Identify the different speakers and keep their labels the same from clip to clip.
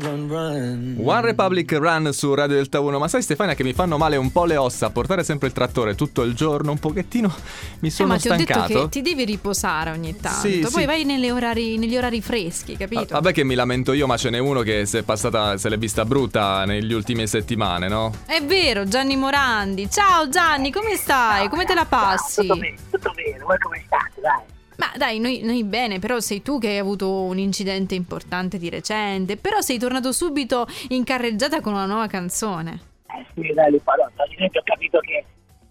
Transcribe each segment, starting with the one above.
Speaker 1: One Republic Run su Radio Delta 1, ma sai Stefania che mi fanno male un po' le ossa, portare sempre il trattore tutto il giorno, un pochettino mi sono
Speaker 2: Eh, Ah, ma ti ho
Speaker 1: stancato.
Speaker 2: detto che ti devi riposare ogni tanto.
Speaker 1: Sì,
Speaker 2: Poi
Speaker 1: sì.
Speaker 2: vai nelle orari- negli orari freschi,
Speaker 1: Ah,
Speaker 2: capito?
Speaker 1: Vabbè che mi lamento io, ma ce n'è uno che si è passata, se l'è vista brutta negli ultimi settimane, no?
Speaker 2: È vero, Gianni Morandi. Ciao Gianni, come stai? Come te la passi?
Speaker 3: Tutto bene, tutto bene, voi come state? Dai.
Speaker 2: Ma dai, noi, noi bene, però sei tu che hai avuto un incidente importante di recente, però sei tornato subito in carreggiata con una nuova canzone.
Speaker 3: Eh sì, dai, Liparotta. Ad esempio ho capito che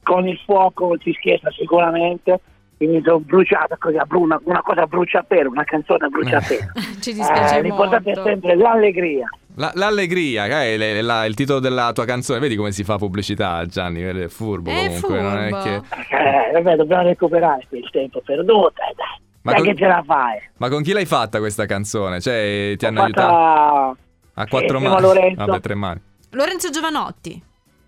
Speaker 3: con il fuoco si scherza sicuramente, quindi mi sono bruciato così, a bru- una, una cosa brucia per, una canzone brucia
Speaker 1: Eh.
Speaker 3: per.
Speaker 2: Ci dispiace
Speaker 3: Eh, l'importante è
Speaker 2: molto.
Speaker 3: sempre l'allegria.
Speaker 1: La- l'allegria, che è le- la- il titolo della tua canzone, vedi come si fa pubblicità Gianni, è furbo
Speaker 2: È
Speaker 1: comunque, non è
Speaker 2: furbo.
Speaker 1: che...
Speaker 3: Eh, vabbè, dobbiamo recuperare quel tempo perduto, eh, dai.
Speaker 1: Ma
Speaker 3: dai
Speaker 1: con-
Speaker 3: che ce la fai.
Speaker 1: Ma con chi l'hai fatta questa canzone? Cioè, ti
Speaker 3: Ho
Speaker 1: hanno
Speaker 3: fatta-
Speaker 1: aiutato a quattro
Speaker 3: Simo
Speaker 1: mani?
Speaker 3: Lorenzo.
Speaker 1: Vabbè, tre mani.
Speaker 2: Lorenzo Giovanotti.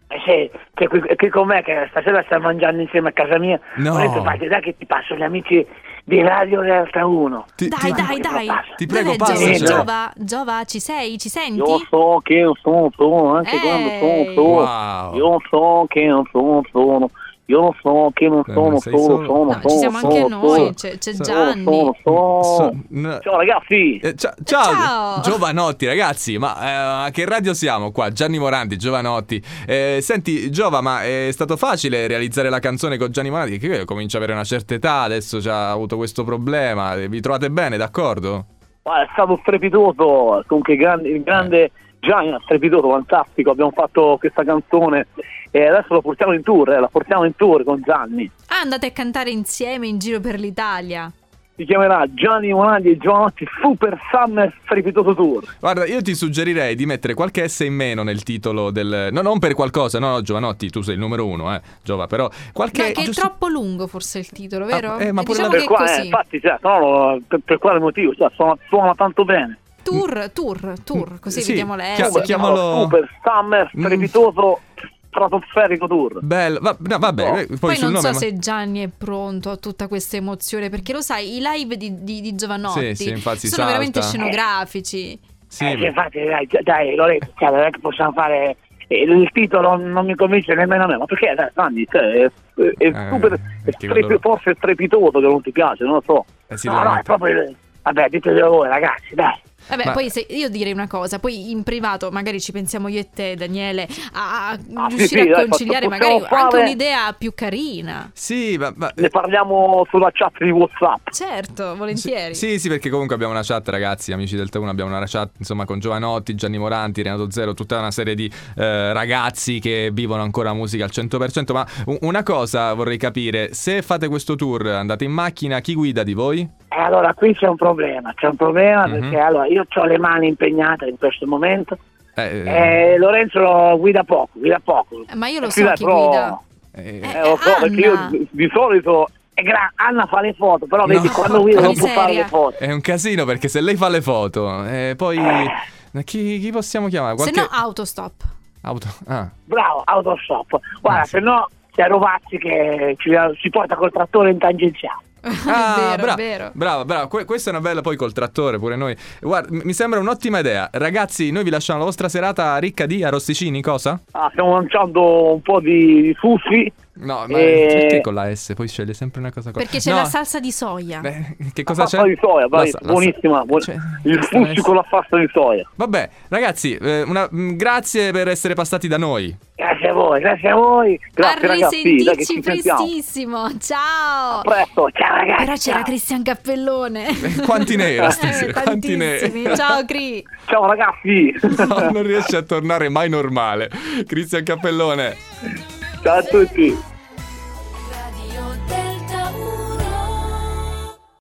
Speaker 3: Eh sì, che qui, qui con me, che stasera stiamo mangiando insieme a casa mia.
Speaker 1: No.
Speaker 3: Ho detto, "Fate, dai che ti passo gli amici di Radio Realtà 1.
Speaker 1: Ti-
Speaker 2: Dai,
Speaker 1: ti-
Speaker 2: dai, dai.
Speaker 1: Ti prego,
Speaker 2: Dov'è Giova?
Speaker 3: passacela.
Speaker 2: Giova, Giova, ci sei? Ci senti?
Speaker 3: Io so che io sono sono, anche
Speaker 2: Ehi.
Speaker 3: quando sono sono.
Speaker 1: Wow.
Speaker 3: Io so che non sono sono, io so che non
Speaker 1: Eh,
Speaker 3: sono
Speaker 1: ma sei
Speaker 3: sono,
Speaker 1: solo?
Speaker 3: sono,
Speaker 2: No, ci siamo
Speaker 3: sono,
Speaker 2: anche
Speaker 3: sono,
Speaker 2: noi, c'è, c'è
Speaker 1: so-
Speaker 2: Gianni.
Speaker 3: sono, sono,
Speaker 1: So-
Speaker 3: sono.
Speaker 1: n-
Speaker 3: Ciao ragazzi!
Speaker 1: eh, cia- ciao,
Speaker 2: Ciao.
Speaker 1: Giovanotti, ragazzi, ma eh, a che radio siamo qua? Gianni Morandi, Giovanotti. Eh, senti, Giova, ma eh, è stato facile realizzare la canzone con Gianni Morandi? Che io comincio ad avere una certa età, adesso ha avuto questo problema. eh, Vi trovate bene, d'accordo?
Speaker 3: Guarda, è stato strepitoso, comunque grande, il grande Gianni, strepitoso, fantastico, abbiamo fatto questa canzone e adesso la portiamo in tour, eh, la portiamo in tour con Gianni.
Speaker 2: Ah, andate a cantare insieme in giro per l'Italia.
Speaker 3: Si chiamerà Gianni Monadi e Giovanotti Super Summer Strepitoso Tour.
Speaker 1: Guarda, io ti suggerirei di mettere qualche S in meno nel titolo del... No, non per qualcosa, no, no, Giovanotti, tu sei il numero uno, eh, Giova, però qualche...
Speaker 2: Ma che è
Speaker 1: giusto-
Speaker 2: troppo lungo forse il titolo, vero?
Speaker 1: Ah, eh, ma
Speaker 2: E
Speaker 1: pure la-
Speaker 2: diciamo
Speaker 3: Per,
Speaker 2: che è
Speaker 3: qua- eh,
Speaker 2: così.
Speaker 3: infatti, cioè, no, per, per quale motivo? Cioè, suona, suona tanto bene.
Speaker 2: Tour, tour, tour, così
Speaker 1: Mm, Sì,
Speaker 2: vediamo le
Speaker 1: chiaro,
Speaker 2: S,
Speaker 1: chiaro. chiamalo- Mm.
Speaker 3: Super Summer Strepitoso Stratosferico Tour.
Speaker 1: Bello, va- no, vabbè,
Speaker 3: No.
Speaker 1: eh, poi,
Speaker 2: Poi
Speaker 1: sul
Speaker 2: non
Speaker 1: nome...
Speaker 2: so
Speaker 1: ma-
Speaker 2: se Gianni è pronto a tutta questa emozione, perché lo sai, i live di, di- di Giovanotti
Speaker 1: Sì, sì, infatti
Speaker 2: sono
Speaker 1: salta.
Speaker 2: veramente scenografici.
Speaker 1: Sì,
Speaker 3: Eh, sì,
Speaker 1: ma-
Speaker 3: infatti, dai, dai Lorenzo, cioè, non è che possiamo fare. eh, Il titolo non mi convince nemmeno a me, ma perché dai, Gianni, cioè, è, è- è
Speaker 1: Eh,
Speaker 3: super, è
Speaker 1: perché
Speaker 3: strep-
Speaker 1: allora-
Speaker 3: forse è strepitoso che non ti piace, non lo so.
Speaker 1: eh, sì,
Speaker 3: no,
Speaker 1: dai,
Speaker 3: no,
Speaker 1: ma-
Speaker 3: è proprio. Vabbè, ditelo voi, ragazzi, dai.
Speaker 2: Vabbè,
Speaker 1: Ma-
Speaker 2: poi se io direi una cosa, poi in privato magari ci pensiamo io e te, Daniele, a, a
Speaker 3: Ah, sì,
Speaker 2: riuscire
Speaker 3: sì,
Speaker 2: a
Speaker 3: dai,
Speaker 2: conciliare
Speaker 3: possiamo
Speaker 2: magari anche
Speaker 3: fare-
Speaker 2: un'idea più carina.
Speaker 1: Sì, ma... ma-
Speaker 3: Ne parliamo sulla chat di WhatsApp.
Speaker 2: Certo,
Speaker 1: Sì,
Speaker 2: volentieri.
Speaker 1: sì, sì, perché comunque abbiamo una chat, ragazzi, amici del T1, abbiamo una chat, insomma, con Giovanotti, Gianni Moranti, Renato Zero, tutta una serie di eh, ragazzi che vivono ancora musica al 100%, ma u- una cosa vorrei capire, se fate questo tour, andate in macchina, chi guida di voi?
Speaker 3: E Eh, allora qui c'è un problema, c'è un problema
Speaker 1: Mhm.
Speaker 3: perché allora io ho le mani impegnate in questo momento
Speaker 1: Eh,
Speaker 3: e Lorenzo guida poco, guida poco.
Speaker 2: Eh, Ma io lo
Speaker 3: Sì,
Speaker 2: so
Speaker 3: dai,
Speaker 2: chi
Speaker 3: però-
Speaker 2: guida.
Speaker 1: eh,
Speaker 2: Eh,
Speaker 3: Eh, lo so,
Speaker 2: Anna.
Speaker 3: perché io di- di solito. è gra- Anna fa le foto, però
Speaker 1: No.
Speaker 3: vedi
Speaker 2: Ah,
Speaker 3: quando guida non può
Speaker 2: Miseria.
Speaker 3: fare le foto.
Speaker 1: È un casino perché se lei fa le foto, eh, poi chi, chi possiamo chiamare? Qualche
Speaker 2: Se no, autostop.
Speaker 1: auto. Ah.
Speaker 3: Bravo, autostop. Guarda,
Speaker 1: Ah, sì.
Speaker 3: se no c'è Rovazzi che ci, ci porta col trattore in tangenziale.
Speaker 2: è vero,
Speaker 1: Ah, bra-
Speaker 2: è vero.
Speaker 1: Brava, brava. Que- questa è una bella poi col trattore pure noi. Guarda, m- mi sembra un'ottima idea. Ragazzi, noi vi lasciamo la vostra serata ricca di arrosticini, cosa?
Speaker 3: Ah, stiamo lanciando un po' di fuffi.
Speaker 1: No, ma
Speaker 3: Eh.
Speaker 1: perché con la S? Poi sceglie sempre una cosa co-
Speaker 2: Perché c'è
Speaker 1: Ecco. No.
Speaker 2: la salsa di soia.
Speaker 1: Beh, che cosa c'è?
Speaker 3: Pasta di soia, vai,
Speaker 1: sa-
Speaker 3: buonissima.
Speaker 1: sa-
Speaker 3: buon-
Speaker 1: cioè,
Speaker 3: il
Speaker 1: questa
Speaker 3: fuffi
Speaker 1: S.
Speaker 3: con la pasta di soia.
Speaker 1: Vabbè, ragazzi, eh, una- mh, grazie per essere passati da noi.
Speaker 3: Grazie a voi, grazie a voi. Grazie
Speaker 2: a
Speaker 3: ragazzi, dai che
Speaker 2: risentirci
Speaker 3: ci sentiamo.
Speaker 2: prestissimo. Ciao.
Speaker 3: A presto, ciao ragazzi.
Speaker 2: Però c'era
Speaker 3: ciao.
Speaker 2: Cristian Cappellone.
Speaker 1: Eh, Quanti ne era stasera?
Speaker 2: Eh,
Speaker 1: Quanti ne
Speaker 2: tantissimi. Ciao Cri.
Speaker 3: Ciao ragazzi.
Speaker 1: No, non riesce a tornare mai normale. Cristian Cappellone.
Speaker 3: ciao a tutti.